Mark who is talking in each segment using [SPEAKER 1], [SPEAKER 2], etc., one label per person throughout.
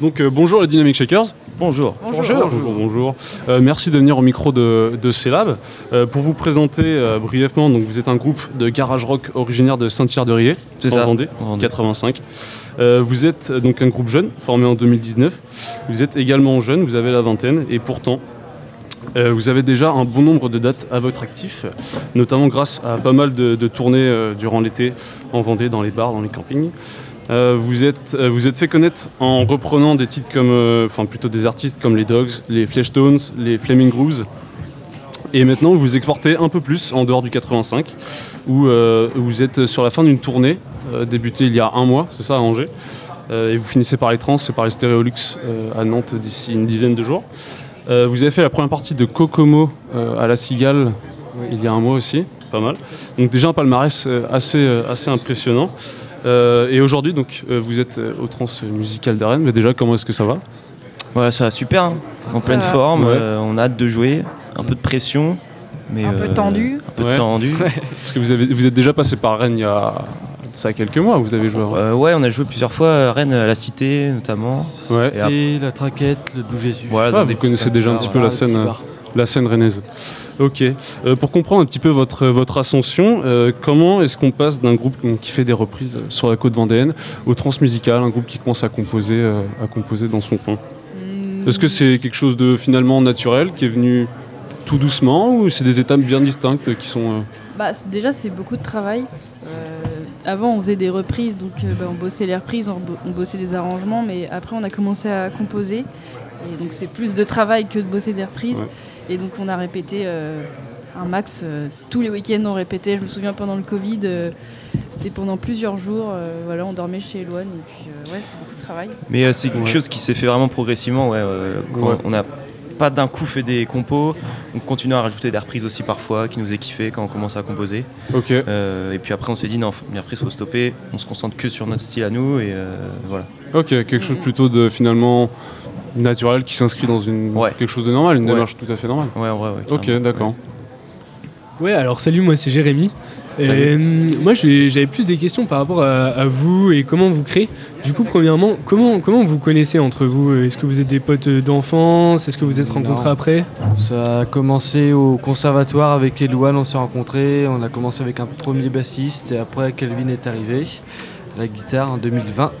[SPEAKER 1] Donc euh, bonjour les Dynamic Shakers.
[SPEAKER 2] Bonjour.
[SPEAKER 1] Bonjour. Bonjour. bonjour. Euh, merci de venir au micro de, de CELAB. Euh, pour vous présenter euh, brièvement, donc vous êtes un groupe de garage rock originaire de Saint-Hilaire-de-Riez,
[SPEAKER 2] C'est
[SPEAKER 1] en
[SPEAKER 2] ça.
[SPEAKER 1] Vendée,
[SPEAKER 2] En Vendée.
[SPEAKER 1] 85. Euh, vous êtes euh, donc un groupe jeune, formé en 2019. Vous êtes également jeune, vous avez la vingtaine, et pourtant, euh, vous avez déjà un bon nombre de dates à votre actif, notamment grâce à pas mal de, de tournées euh, durant l'été en Vendée, dans les bars, dans les campings. Euh, vous êtes euh, vous êtes fait connaître en reprenant des titres comme, euh, enfin plutôt des artistes comme les Dogs, les Fleshtones, les Flaming Grooves. Et maintenant, vous vous exportez un peu plus en dehors du 85, où euh, vous êtes sur la fin d'une tournée euh, débutée il y a un mois, c'est ça, à Angers. Euh, et vous finissez par les trans et par les Stéréolux euh, à Nantes d'ici une dizaine de jours. Euh, vous avez fait la première partie de Kokomo euh, à La Cigale il y a un mois aussi, pas mal. Donc déjà un palmarès euh, assez, euh, assez impressionnant. Euh, et aujourd'hui, donc, euh, vous êtes euh, au Trans Musical d'Arène, mais déjà, comment est-ce que ça va
[SPEAKER 2] Voilà, ça va super. hein. En
[SPEAKER 3] Ça
[SPEAKER 2] pleine
[SPEAKER 3] va.
[SPEAKER 2] forme,
[SPEAKER 1] Ouais.
[SPEAKER 2] euh, on a hâte de jouer. Un peu de pression. Mais,
[SPEAKER 3] Un peu
[SPEAKER 2] euh,
[SPEAKER 3] tendu.
[SPEAKER 2] Un peu
[SPEAKER 1] Ouais.
[SPEAKER 2] tendu.
[SPEAKER 1] Parce que vous, avez, vous êtes déjà passé par Rennes il y a ça quelques mois, vous avez joué à Rennes.
[SPEAKER 2] Euh, ouais, on a joué plusieurs fois à Rennes, à la Cité notamment.
[SPEAKER 1] Ouais.
[SPEAKER 2] Et après-
[SPEAKER 4] la traquette, le doux Jésus.
[SPEAKER 2] Voilà,
[SPEAKER 1] Ah,
[SPEAKER 2] dans
[SPEAKER 1] vous
[SPEAKER 2] des
[SPEAKER 1] connaissez
[SPEAKER 2] petits
[SPEAKER 1] déjà un
[SPEAKER 2] bars,
[SPEAKER 1] petit peu la
[SPEAKER 2] voilà, des
[SPEAKER 1] scène,
[SPEAKER 2] petits
[SPEAKER 1] euh,
[SPEAKER 2] bars.
[SPEAKER 1] la scène rennaise. Ok. Euh, pour comprendre un petit peu votre, votre ascension, euh, comment est-ce qu'on passe d'un groupe donc, qui fait des reprises euh, sur la côte vendéenne au transmusical, un groupe qui commence à composer, euh, à composer dans son coin Est-ce que c'est quelque chose de finalement naturel qui est venu tout doucement ou c'est des étapes bien distinctes qui sont.
[SPEAKER 3] Bah, c'est- déjà, c'est beaucoup de travail. Euh, avant, on faisait des reprises, donc euh, bah, on bossait les reprises, on, bo- on bossait des arrangements, mais après, on a commencé à composer. Et donc, c'est plus de travail que de bosser des reprises.
[SPEAKER 1] Ouais.
[SPEAKER 3] Et donc, on a répété euh, un max. euh, tous les week-ends, on répétait. Je me souviens pendant le Covid, euh, c'était pendant plusieurs jours. euh, voilà, on dormait chez Eloane. Et puis, euh, ouais, c'est beaucoup de travail.
[SPEAKER 2] Mais euh, c'est quelque
[SPEAKER 1] Ouais.
[SPEAKER 2] chose qui s'est fait vraiment progressivement. Ouais, euh, quand
[SPEAKER 1] Ouais.
[SPEAKER 2] On n'a pas d'un coup fait des compos. On continue à rajouter des reprises aussi parfois qui nous est kiffé quand on commence à composer.
[SPEAKER 1] euh, Ok.
[SPEAKER 2] Euh, et puis après, on s'est dit non, faut- les reprises faut stopper. On se concentre que sur notre style à nous et euh, voilà.
[SPEAKER 1] Ok, quelque chose
[SPEAKER 3] Mm.
[SPEAKER 1] plutôt de finalement naturel qui s'inscrit dans une
[SPEAKER 2] Ouais.
[SPEAKER 1] quelque chose de normal, une
[SPEAKER 2] Ouais.
[SPEAKER 1] démarche tout à fait normale.
[SPEAKER 2] Ouais, en vrai, ouais,
[SPEAKER 1] Ok,
[SPEAKER 2] carrément.
[SPEAKER 1] d'accord.
[SPEAKER 5] Ouais, alors salut, moi c'est Jérémy. Euh, moi j'ai- j'avais plus des questions par rapport à, à vous et comment vous créez. Du coup, premièrement, comment, comment vous connaissez entre vous Est-ce que vous êtes des potes euh, d'enfance Est-ce que vous êtes rencontrés
[SPEAKER 4] Non.
[SPEAKER 5] après
[SPEAKER 4] Ça a commencé au conservatoire avec Elouane, on s'est rencontrés. On a commencé avec un premier bassiste et après Kelvin est arrivé, la guitare en 2020.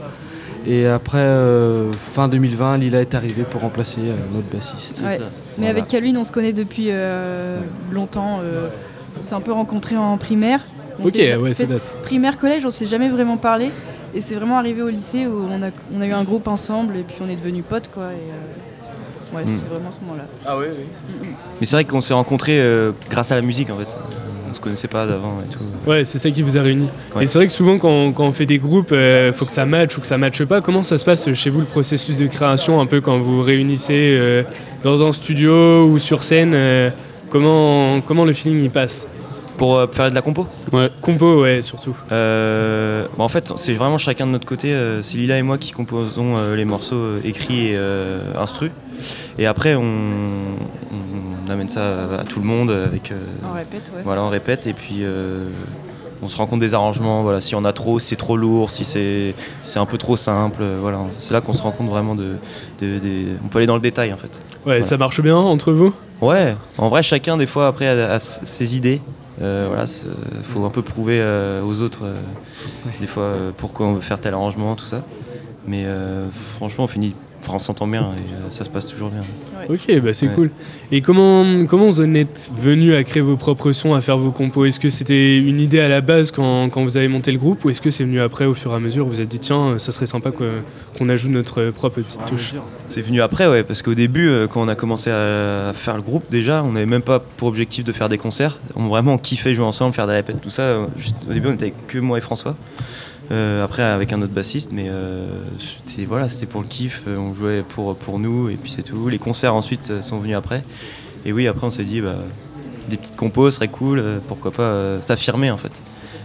[SPEAKER 4] Et après, euh, fin 2020, Lila est arrivée pour remplacer euh, notre bassiste.
[SPEAKER 3] Ouais. Mais
[SPEAKER 4] Voilà.
[SPEAKER 3] avec Calvin, on se connaît depuis euh, longtemps. euh, on s'est un peu rencontrés en primaire. On
[SPEAKER 5] Ok,
[SPEAKER 3] s'est-
[SPEAKER 5] ouais, ça
[SPEAKER 3] peut-être
[SPEAKER 5] date.
[SPEAKER 3] primaire, collège, on s'est jamais vraiment parlé. Et c'est vraiment arrivé au lycée où on a, on a eu un groupe ensemble et puis on est devenus potes, quoi. Et, euh, ouais,
[SPEAKER 4] Hmm.
[SPEAKER 2] Mm.
[SPEAKER 3] c'est vraiment ce moment-là.
[SPEAKER 2] Mais c'est vrai qu'on s'est rencontrés euh, grâce à la musique en fait. Euh, On se connaissait pas d'avant et tout.
[SPEAKER 5] Ouais, c'est ça qui vous a réunis.
[SPEAKER 2] Ouais.
[SPEAKER 5] Et c'est vrai que souvent quand, quand on fait des groupes, euh, faut que ça matche ou que ça matche pas. Comment ça se passe chez vous le processus de création un peu quand vous vous réunissez euh, dans un studio ou sur scène euh, Comment, comment le feeling y passe
[SPEAKER 2] Pour euh, faire de la compo
[SPEAKER 5] Compo, ouais, surtout.
[SPEAKER 2] Euh, bah, En fait, c'est vraiment chacun de notre côté. euh, c'est Lila et moi qui composons euh, les morceaux euh, écrits et euh, instru. Et après, on, on amène ça à tout le monde avec. euh,
[SPEAKER 3] On répète, ouais.
[SPEAKER 2] Voilà, on répète et puis euh, on se rend compte des arrangements. Voilà, si on a trop, si c'est trop lourd, si c'est c'est un peu trop simple. euh, voilà, c'est là qu'on se rend compte vraiment de, de- des- On peut aller dans le détail en fait.
[SPEAKER 5] Ouais, ça marche bien entre vous
[SPEAKER 2] Ouais, en vrai, chacun des fois après a, a s- ses idées. Euh, voilà, c'est- faut un peu prouver euh, aux autres euh, des fois euh, pourquoi on veut faire tel arrangement, tout ça. Mais euh, franchement, on finit, enfin, on s'entend bien et euh, ça se passe toujours bien.
[SPEAKER 5] Ok, bah c'est
[SPEAKER 2] Ouais.
[SPEAKER 5] cool. Et comment, comment vous en êtes venu à créer vos propres sons, à faire vos compos Est-ce que c'était une idée à la base quand, quand vous avez monté le groupe ou est-ce que c'est venu après au fur et à mesure Vous vous êtes dit, tiens, euh, ça serait sympa quoi, qu'on ajoute notre euh, propre petite touche.
[SPEAKER 2] C'est venu après, ouais, parce qu'au début, euh, quand on a commencé à faire le groupe, déjà, on n'avait même pas pour objectif de faire des concerts. On vraiment kiffait jouer ensemble, faire des répètes, tout ça. Euh, juste- au début, on était que moi et François. Euh, après, avec un autre bassiste, mais euh, c'était voilà, c'était pour le kiff. Euh, On jouait pour pour nous et puis c'est tout. Les concerts ensuite euh, sont venus après. Et oui, après, on s'est dit, bah, des petites compos serait cool. euh, pourquoi pas euh, s'affirmer en fait.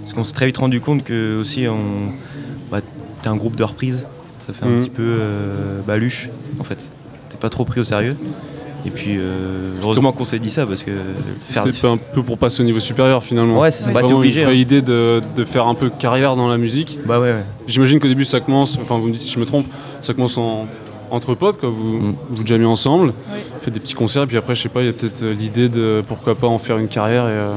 [SPEAKER 2] Parce qu'on s'est très vite rendu compte que aussi, on, bah, t'es un groupe de reprise. Ça fait un
[SPEAKER 1] Mhm.
[SPEAKER 2] petit peu euh, baluche en fait. T'es pas trop pris au sérieux. Et puis euh, heureusement qu'on s'est dit ça parce que faire
[SPEAKER 1] C'était un peu pour passer au niveau supérieur finalement.
[SPEAKER 2] ouais, c'est ça.
[SPEAKER 3] Ouais.
[SPEAKER 2] Bah, t'es
[SPEAKER 1] Vraiment
[SPEAKER 2] obligé.
[SPEAKER 1] Une vraie
[SPEAKER 2] hein.
[SPEAKER 1] idée de, de faire un peu carrière dans la musique.
[SPEAKER 2] Bah ouais, ouais.
[SPEAKER 1] J'imagine qu'au début ça commence, enfin vous me dites si je me trompe, ça commence en entre potes, quoi, vous
[SPEAKER 2] Mm.
[SPEAKER 1] vous jamais ensemble,
[SPEAKER 3] Oui.
[SPEAKER 1] faites des petits concerts, et puis après, je sais pas, il y a peut-être euh, l'idée de pourquoi pas en faire une carrière. Et, euh,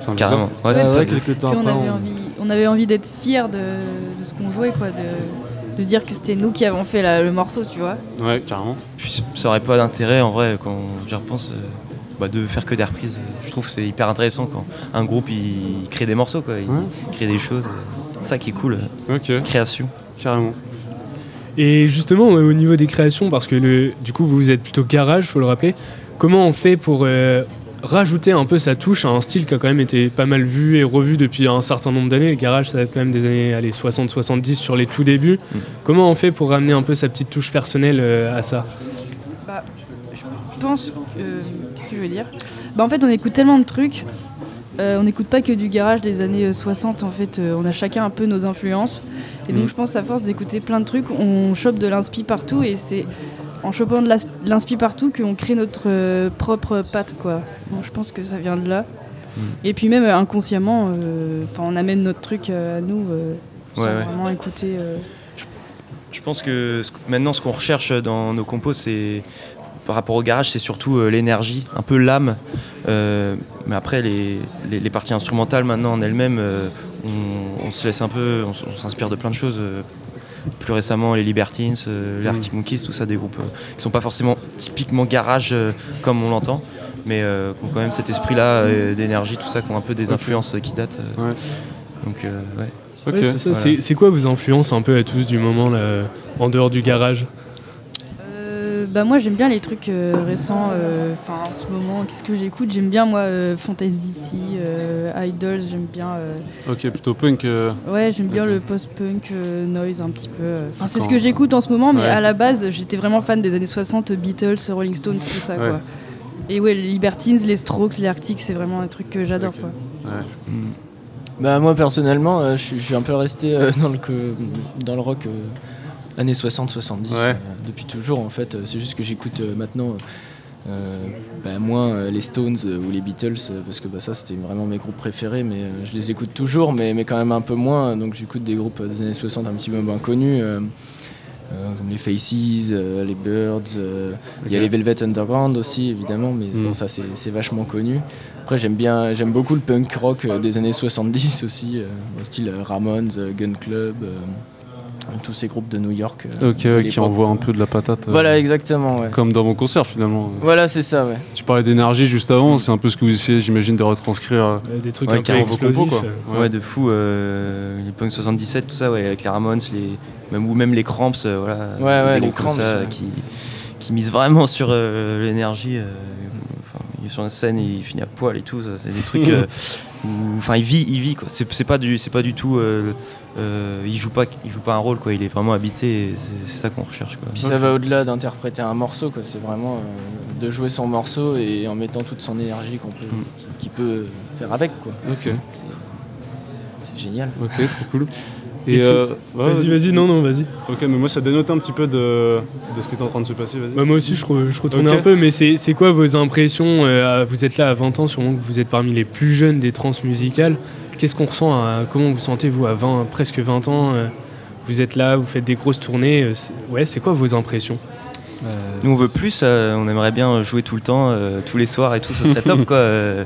[SPEAKER 1] c'est un
[SPEAKER 2] Carrément.
[SPEAKER 1] bizarre.
[SPEAKER 2] Ouais, c'est
[SPEAKER 4] Ah
[SPEAKER 2] ça.
[SPEAKER 4] ouais, quelques temps
[SPEAKER 3] Puis on
[SPEAKER 4] après,
[SPEAKER 3] avait
[SPEAKER 4] on-
[SPEAKER 3] envie, on avait envie d'être fiers de, de ce qu'on jouait, quoi, de, de dire que c'était nous qui avons fait la- le morceau, tu vois.
[SPEAKER 1] Ouais, carrément.
[SPEAKER 2] Puis ça aurait pas d'intérêt en vrai quand j'y repense euh, bah, de faire que des reprises. Je trouve que c'est hyper intéressant quand un groupe il crée des morceaux quoi, il
[SPEAKER 1] Ouais.
[SPEAKER 2] crée des choses. C'est ça qui est cool, euh,
[SPEAKER 1] Ok,
[SPEAKER 2] création.
[SPEAKER 1] carrément.
[SPEAKER 5] Et justement, ouais, au niveau des créations, parce que le, du coup, vous êtes plutôt garage, faut le rappeler. Comment on fait pour euh, rajouter un peu sa touche à un style qui a quand même été pas mal vu et revu depuis un certain nombre d'années Le garage, ça date quand même des années 60-70 sur les tout débuts.
[SPEAKER 2] Mm.
[SPEAKER 5] Comment on fait pour ramener un peu sa petite touche personnelle euh, à ça
[SPEAKER 3] Bah, je pense. euh, Qu'est-ce que je veux dire Bah, en fait, on écoute tellement de trucs. euh, on n'écoute pas que du garage des années euh, 60. En fait, euh, on a chacun un peu nos influences. Et
[SPEAKER 2] Mm.
[SPEAKER 3] donc,
[SPEAKER 1] Mhm.
[SPEAKER 3] je pense, à force d'écouter plein de trucs, on chope de l'inspi partout. Et c'est en chopant de l'as- l'inspi partout qu'on crée notre euh, propre patte, quoi. Donc, je pense que ça vient de là.
[SPEAKER 2] Mm.
[SPEAKER 3] Et puis, même euh, inconsciemment, euh, 'fin, on amène notre truc euh, à nous. euh, sans
[SPEAKER 2] Ouais, ouais.
[SPEAKER 3] vraiment écouter. euh,
[SPEAKER 2] Je pense que ce- maintenant ce qu'on recherche dans nos compos c'est par rapport au garage c'est surtout euh, l'énergie, un peu l'âme. Euh, mais après les, les- les parties instrumentales maintenant en elles-mêmes euh, on, on se laisse un peu, on, s- on s'inspire de plein de choses. euh, plus récemment les Libertines, euh, les
[SPEAKER 1] Mm.
[SPEAKER 2] Arctic Monkeys, tout ça, des groupes euh, qui sont pas forcément typiquement garage euh, comme on l'entend, mais euh, qui ont quand même cet esprit-là euh, d'énergie, tout ça, qui ont un peu des
[SPEAKER 1] Ok.
[SPEAKER 2] influences euh, qui datent. euh,
[SPEAKER 1] Ouais.
[SPEAKER 2] Donc euh, ouais.
[SPEAKER 1] Ok.
[SPEAKER 5] Ouais, c'est ça.
[SPEAKER 2] voilà.
[SPEAKER 5] C'est- C'est quoi vos influences un peu à tous du moment là, en dehors du garage
[SPEAKER 3] Euh, bah moi j'aime bien les trucs euh, récents, euh, enfin en ce moment qu'est-ce que j'écoute J'aime bien moi euh, Fantasy DC, euh, Idols, j'aime bien euh,
[SPEAKER 1] ok, plutôt punk. euh,
[SPEAKER 3] ouais j'aime bien
[SPEAKER 1] D'accord.
[SPEAKER 3] le post-punk euh, noise un petit peu. euh. Enfin, c'est ce
[SPEAKER 1] D'accord.
[SPEAKER 3] que j'écoute en ce moment mais
[SPEAKER 1] Ouais.
[SPEAKER 3] à la base j'étais vraiment fan des années 60, Beatles, Rolling Stones, tout ça
[SPEAKER 1] Ouais.
[SPEAKER 3] quoi. Et ouais les Libertines, les Strokes, les Arctics c'est vraiment un truc que j'adore
[SPEAKER 1] Ok.
[SPEAKER 3] quoi.
[SPEAKER 1] ouais.
[SPEAKER 6] Bah moi personnellement, euh, je suis- je suis un peu resté euh, dans le co- dans le rock euh, années 60-70
[SPEAKER 1] Ouais.
[SPEAKER 6] euh, depuis toujours en fait. Euh, C'est juste que j'écoute euh, maintenant euh, bah, moins euh, les Stones euh, ou les Beatles euh, parce que bah, ça c'était vraiment mes groupes préférés, mais euh, je les écoute toujours, mais mais quand même un peu moins. Donc j'écoute des groupes euh, des années 60 un petit peu moins connus. euh, euh, comme les Faces, euh, les Birds, euh, il y a
[SPEAKER 1] Ok.
[SPEAKER 6] les Velvet Underground aussi évidemment, mais
[SPEAKER 1] Mm.
[SPEAKER 6] bon, ça c'est c'est vachement connu. Après j'aime bien, j'aime beaucoup le punk rock euh, des années 70 aussi, euh, au style euh, Ramones, euh, Gun Club, euh, tous ces groupes de New York. euh,
[SPEAKER 1] Ok,
[SPEAKER 6] de
[SPEAKER 1] ouais, qui
[SPEAKER 6] l'époque.
[SPEAKER 1] envoie un peu de la patate. euh,
[SPEAKER 6] Voilà exactement, ouais.
[SPEAKER 1] Comme dans mon concert finalement.
[SPEAKER 6] Voilà c'est ça, ouais.
[SPEAKER 1] Tu parlais d'énergie juste avant, c'est un peu ce que vous essayez, j'imagine, de retranscrire. euh,
[SPEAKER 5] Euh, Des trucs
[SPEAKER 2] Ouais,
[SPEAKER 5] un peu
[SPEAKER 2] carrément vos
[SPEAKER 1] compos,
[SPEAKER 5] explosifs
[SPEAKER 1] quoi.
[SPEAKER 5] euh.
[SPEAKER 2] Ouais, de fou, euh, les Punk 77, tout ça, ouais, avec les Ramones, les, même, ou même les Cramps, euh, voilà.
[SPEAKER 6] Ouais, ouais,
[SPEAKER 2] des
[SPEAKER 6] les
[SPEAKER 2] groupes comme
[SPEAKER 6] Cramps,
[SPEAKER 2] ça,
[SPEAKER 6] ouais.
[SPEAKER 2] qui, qui misent vraiment sur euh, l'énergie. euh, enfin, il est sur la scène, il finit à poil et tout, ça, c'est des trucs euh, où. Enfin, il vit, il vit, quoi. C'est c'est pas, du- c'est pas du tout. euh, euh, il, joue pas, il joue pas un rôle, quoi. Il est vraiment habité, et c'est c'est ça qu'on recherche, quoi.
[SPEAKER 6] Puis ça va au-delà d'interpréter un morceau, quoi. C'est vraiment euh, de jouer son morceau et en mettant toute son énergie qu'on peut,
[SPEAKER 1] Hmm.
[SPEAKER 2] Mm.
[SPEAKER 6] qui peut faire avec, quoi.
[SPEAKER 1] Ok,
[SPEAKER 6] C'est c'est génial.
[SPEAKER 1] ok, trop cool.
[SPEAKER 5] Et
[SPEAKER 1] Et
[SPEAKER 5] c'est-
[SPEAKER 1] euh,
[SPEAKER 2] Bah,
[SPEAKER 1] ouais,
[SPEAKER 5] Vas-y, vas-y, non, non, vas-y.
[SPEAKER 1] Ok, mais moi ça dénote un petit peu de, de ce qui est en train de se passer, vas-y.
[SPEAKER 5] Bah, moi aussi, je, re- je retournais
[SPEAKER 1] Ok.
[SPEAKER 5] un peu, mais c'est c'est quoi vos impressions euh, à- Vous êtes là à 20 ans, sûrement que vous êtes parmi les plus jeunes des trans musicales. Qu'est-ce qu'on ressent à- Comment vous sentez-vous à 20, presque 20 ans euh, Vous êtes là, vous faites des grosses tournées. euh, c'est- ouais, c'est quoi vos impressions
[SPEAKER 2] Nous on veut plus, euh, on aimerait bien jouer tout le temps, euh, tous les soirs et tout, ça serait top quoi. euh,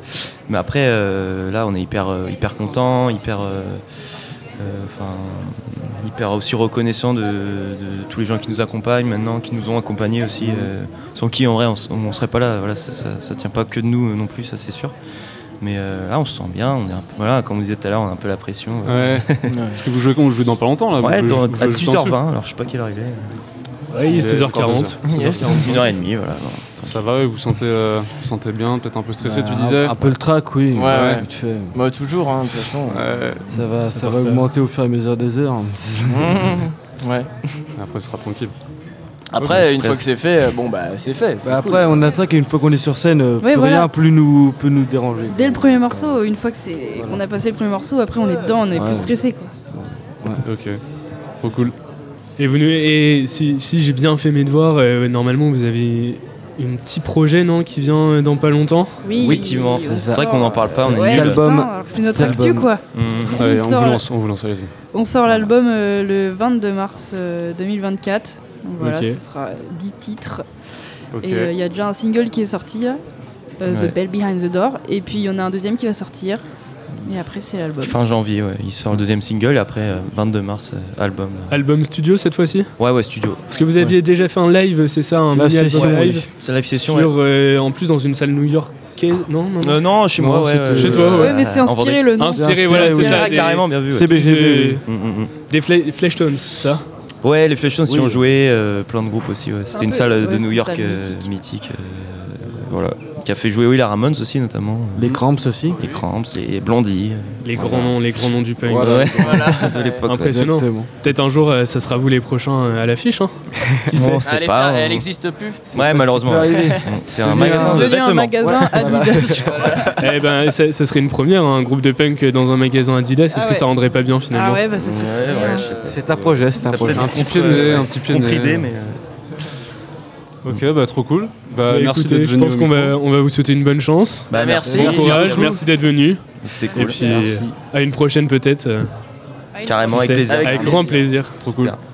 [SPEAKER 2] mais après euh, là on est hyper euh, hyper content, hyper euh, euh, enfin, hyper aussi reconnaissant de, de tous les gens qui nous accompagnent maintenant, qui nous ont accompagnés aussi, euh, sans qui en vrai on, s- on serait pas là. Voilà, ça, ça- ça tient pas que de nous euh, non plus, ça c'est sûr. Mais euh, là on se sent bien, on est un peu- voilà, comme vous disiez tout à l'heure, on a un peu la pression. euh.
[SPEAKER 1] Ouais,
[SPEAKER 6] Ouais.
[SPEAKER 1] parce que vous jouez quand vous jouez dans pas longtemps là vous
[SPEAKER 2] Ouais,
[SPEAKER 1] jouez-
[SPEAKER 2] dans-
[SPEAKER 1] vous
[SPEAKER 2] à
[SPEAKER 1] jouez juste en dessous.
[SPEAKER 2] 18h20, alors Ah, je sais pas quelle heure il est.
[SPEAKER 5] Ouais, il
[SPEAKER 1] Il
[SPEAKER 5] est
[SPEAKER 1] est
[SPEAKER 5] 16h40.
[SPEAKER 6] 16h40.
[SPEAKER 2] 1h30, voilà.
[SPEAKER 1] Ça va, ouais, vous sentez, euh, vous sentez bien, peut-être un peu stressé,
[SPEAKER 2] Ah,
[SPEAKER 4] Bah,
[SPEAKER 1] tu disais
[SPEAKER 4] un, un peu le track, oui.
[SPEAKER 6] Ouais, ouais.
[SPEAKER 4] vite fait.
[SPEAKER 6] Bah toujours, hein, de toute façon.
[SPEAKER 1] Ouais,
[SPEAKER 4] Ça va,
[SPEAKER 5] Ça
[SPEAKER 4] ça
[SPEAKER 5] part
[SPEAKER 4] va
[SPEAKER 5] pas.
[SPEAKER 4] augmenter au fur et à mesure des heures.
[SPEAKER 6] Mmh. Ouais.
[SPEAKER 1] et après ce sera tranquille.
[SPEAKER 6] Après, une
[SPEAKER 2] Presque.
[SPEAKER 6] fois que c'est fait, euh, bon bah c'est fait. c'est
[SPEAKER 4] Bah,
[SPEAKER 6] cool.
[SPEAKER 4] après, on attaque et une fois qu'on est sur scène, euh,
[SPEAKER 3] Ouais,
[SPEAKER 4] plus
[SPEAKER 3] voilà.
[SPEAKER 4] rien plus nous, peut nous déranger.
[SPEAKER 3] Dès le premier morceau, une fois que c'est qu'on a passé le premier morceau, après on est dedans, on est
[SPEAKER 4] Ouais.
[SPEAKER 3] plus stressé quoi.
[SPEAKER 1] Ok, trop cool.
[SPEAKER 5] Et, vous, nous- et si, si j'ai bien fait mes devoirs, euh, normalement vous avez un petit projet non, qui vient euh, dans pas longtemps
[SPEAKER 3] Oui,
[SPEAKER 2] Effectivement,
[SPEAKER 3] on
[SPEAKER 2] c'est
[SPEAKER 3] sort,
[SPEAKER 2] vrai qu'on n'en parle pas, on est
[SPEAKER 3] Ouais,
[SPEAKER 2] nul.
[SPEAKER 4] album.
[SPEAKER 3] putain, alors que c'est notre
[SPEAKER 4] Cet
[SPEAKER 3] actu
[SPEAKER 4] album.
[SPEAKER 3] quoi.
[SPEAKER 2] Mmh.
[SPEAKER 1] Allez,
[SPEAKER 3] Il
[SPEAKER 1] on
[SPEAKER 3] sort
[SPEAKER 1] vous
[SPEAKER 3] là.
[SPEAKER 1] lance, on vous lance, allez-y.
[SPEAKER 3] On sort l'album euh, le 22 mars euh, 2024. Donc voilà,
[SPEAKER 5] Ok.
[SPEAKER 3] ce sera 10 titres.
[SPEAKER 1] Ok.
[SPEAKER 3] Et euh, il y a déjà un single qui est sorti, là, euh,
[SPEAKER 2] Ouais.
[SPEAKER 3] The Bell Behind the Door. Et puis il y en a un deuxième qui va sortir. Et après, c'est l'album.
[SPEAKER 2] Fin janvier, ouais. il sort le deuxième single, et après euh, 22 mars, euh, album.
[SPEAKER 5] Album studio cette fois-ci
[SPEAKER 2] Ouais, ouais, studio.
[SPEAKER 5] Parce que vous aviez déjà fait un live, c'est ça Un
[SPEAKER 4] La
[SPEAKER 5] mini-album
[SPEAKER 4] session,
[SPEAKER 5] live
[SPEAKER 4] oui.
[SPEAKER 2] C'est live session.
[SPEAKER 5] sur, euh, En plus, dans une salle new-yorkaise. Non, non,
[SPEAKER 2] ouais.
[SPEAKER 5] non.
[SPEAKER 2] Euh, non, chez
[SPEAKER 4] Non,
[SPEAKER 2] moi, ouais.
[SPEAKER 4] c'était-
[SPEAKER 2] euh,
[SPEAKER 5] Chez toi, ouais.
[SPEAKER 3] ouais, mais c'est
[SPEAKER 2] en Vendée.
[SPEAKER 3] inspiré le nom.
[SPEAKER 5] Inspiré, voilà,
[SPEAKER 4] inspiré,
[SPEAKER 5] c'est ça.
[SPEAKER 2] Ah,
[SPEAKER 5] des-
[SPEAKER 2] carrément, bien vu. ouais.
[SPEAKER 1] E,
[SPEAKER 4] CBGB,
[SPEAKER 5] des-
[SPEAKER 4] oui.
[SPEAKER 2] Mm, mm, mm.
[SPEAKER 5] Des Fle- Fleshtones, c'est ça
[SPEAKER 2] Ouais, les Flashstones
[SPEAKER 4] Oui.
[SPEAKER 2] y ont joué, euh, plein de groupes aussi. ouais. C'était
[SPEAKER 3] Un
[SPEAKER 2] une
[SPEAKER 3] peu,
[SPEAKER 2] salle
[SPEAKER 3] ouais,
[SPEAKER 2] de
[SPEAKER 3] c'est
[SPEAKER 2] New
[SPEAKER 3] une
[SPEAKER 2] York
[SPEAKER 3] salle
[SPEAKER 2] euh,
[SPEAKER 3] mythique.
[SPEAKER 2] mythique, euh, voilà, qui a fait jouer oui, la Ramones aussi notamment. euh,
[SPEAKER 4] Les cramps aussi.
[SPEAKER 2] Les Cramps, les Blondie. euh,
[SPEAKER 5] Les grands noms, les grands noms du punk.
[SPEAKER 4] Voilà.
[SPEAKER 2] Ouais. de l'époque. ouais.
[SPEAKER 5] Impressionnant.
[SPEAKER 4] Exactement.
[SPEAKER 5] Peut-être un jour, euh, ça sera vous les prochains euh, à l'affiche. Hein Qui sait
[SPEAKER 2] On sait
[SPEAKER 7] Elle est
[SPEAKER 2] pas,
[SPEAKER 7] fin- elle
[SPEAKER 2] on-
[SPEAKER 7] n'existe plus.
[SPEAKER 2] Ouais, malheureusement.
[SPEAKER 4] peut arriver.
[SPEAKER 2] Mm, C'est un
[SPEAKER 4] C'est
[SPEAKER 2] magasin de
[SPEAKER 3] devenu un
[SPEAKER 2] vêtements.
[SPEAKER 3] magasin Adidas.
[SPEAKER 5] Eh ben, ça, ça serait une première, hein, un groupe de punk dans un magasin Adidas. Est-ce
[SPEAKER 3] Ah
[SPEAKER 5] que
[SPEAKER 3] ouais.
[SPEAKER 5] ça rendrait pas bien finalement
[SPEAKER 3] ah ouais, bah ça serait stylé,
[SPEAKER 2] Ouais, ouais,
[SPEAKER 3] hein.
[SPEAKER 2] je sais pas.
[SPEAKER 4] C'est un projet, c'est un
[SPEAKER 2] Ça
[SPEAKER 4] projet.
[SPEAKER 2] peut-être
[SPEAKER 1] Un petit
[SPEAKER 2] contre,
[SPEAKER 1] pionnier,
[SPEAKER 2] euh,
[SPEAKER 1] un petit pionnier.
[SPEAKER 2] Contre-idée, mais. euh,
[SPEAKER 1] Ok, bah trop cool. Bah,
[SPEAKER 5] Bah,
[SPEAKER 1] merci
[SPEAKER 5] écoutez,
[SPEAKER 1] d'être
[SPEAKER 5] je
[SPEAKER 1] venu
[SPEAKER 5] pense
[SPEAKER 1] au
[SPEAKER 5] qu'on
[SPEAKER 1] micro.
[SPEAKER 5] va, on va vous souhaiter une bonne chance.
[SPEAKER 7] Bah, merci.
[SPEAKER 5] bon courage,
[SPEAKER 7] Merci à
[SPEAKER 5] merci,
[SPEAKER 7] vous.
[SPEAKER 5] d'être venu.
[SPEAKER 2] C'était
[SPEAKER 5] Et
[SPEAKER 2] cool.
[SPEAKER 5] puis, à une prochaine peut-être. euh,
[SPEAKER 2] Carrément, avec
[SPEAKER 5] c'est-
[SPEAKER 2] plaisir.
[SPEAKER 5] Avec grand plaisir.
[SPEAKER 1] Trop cool.
[SPEAKER 2] Super.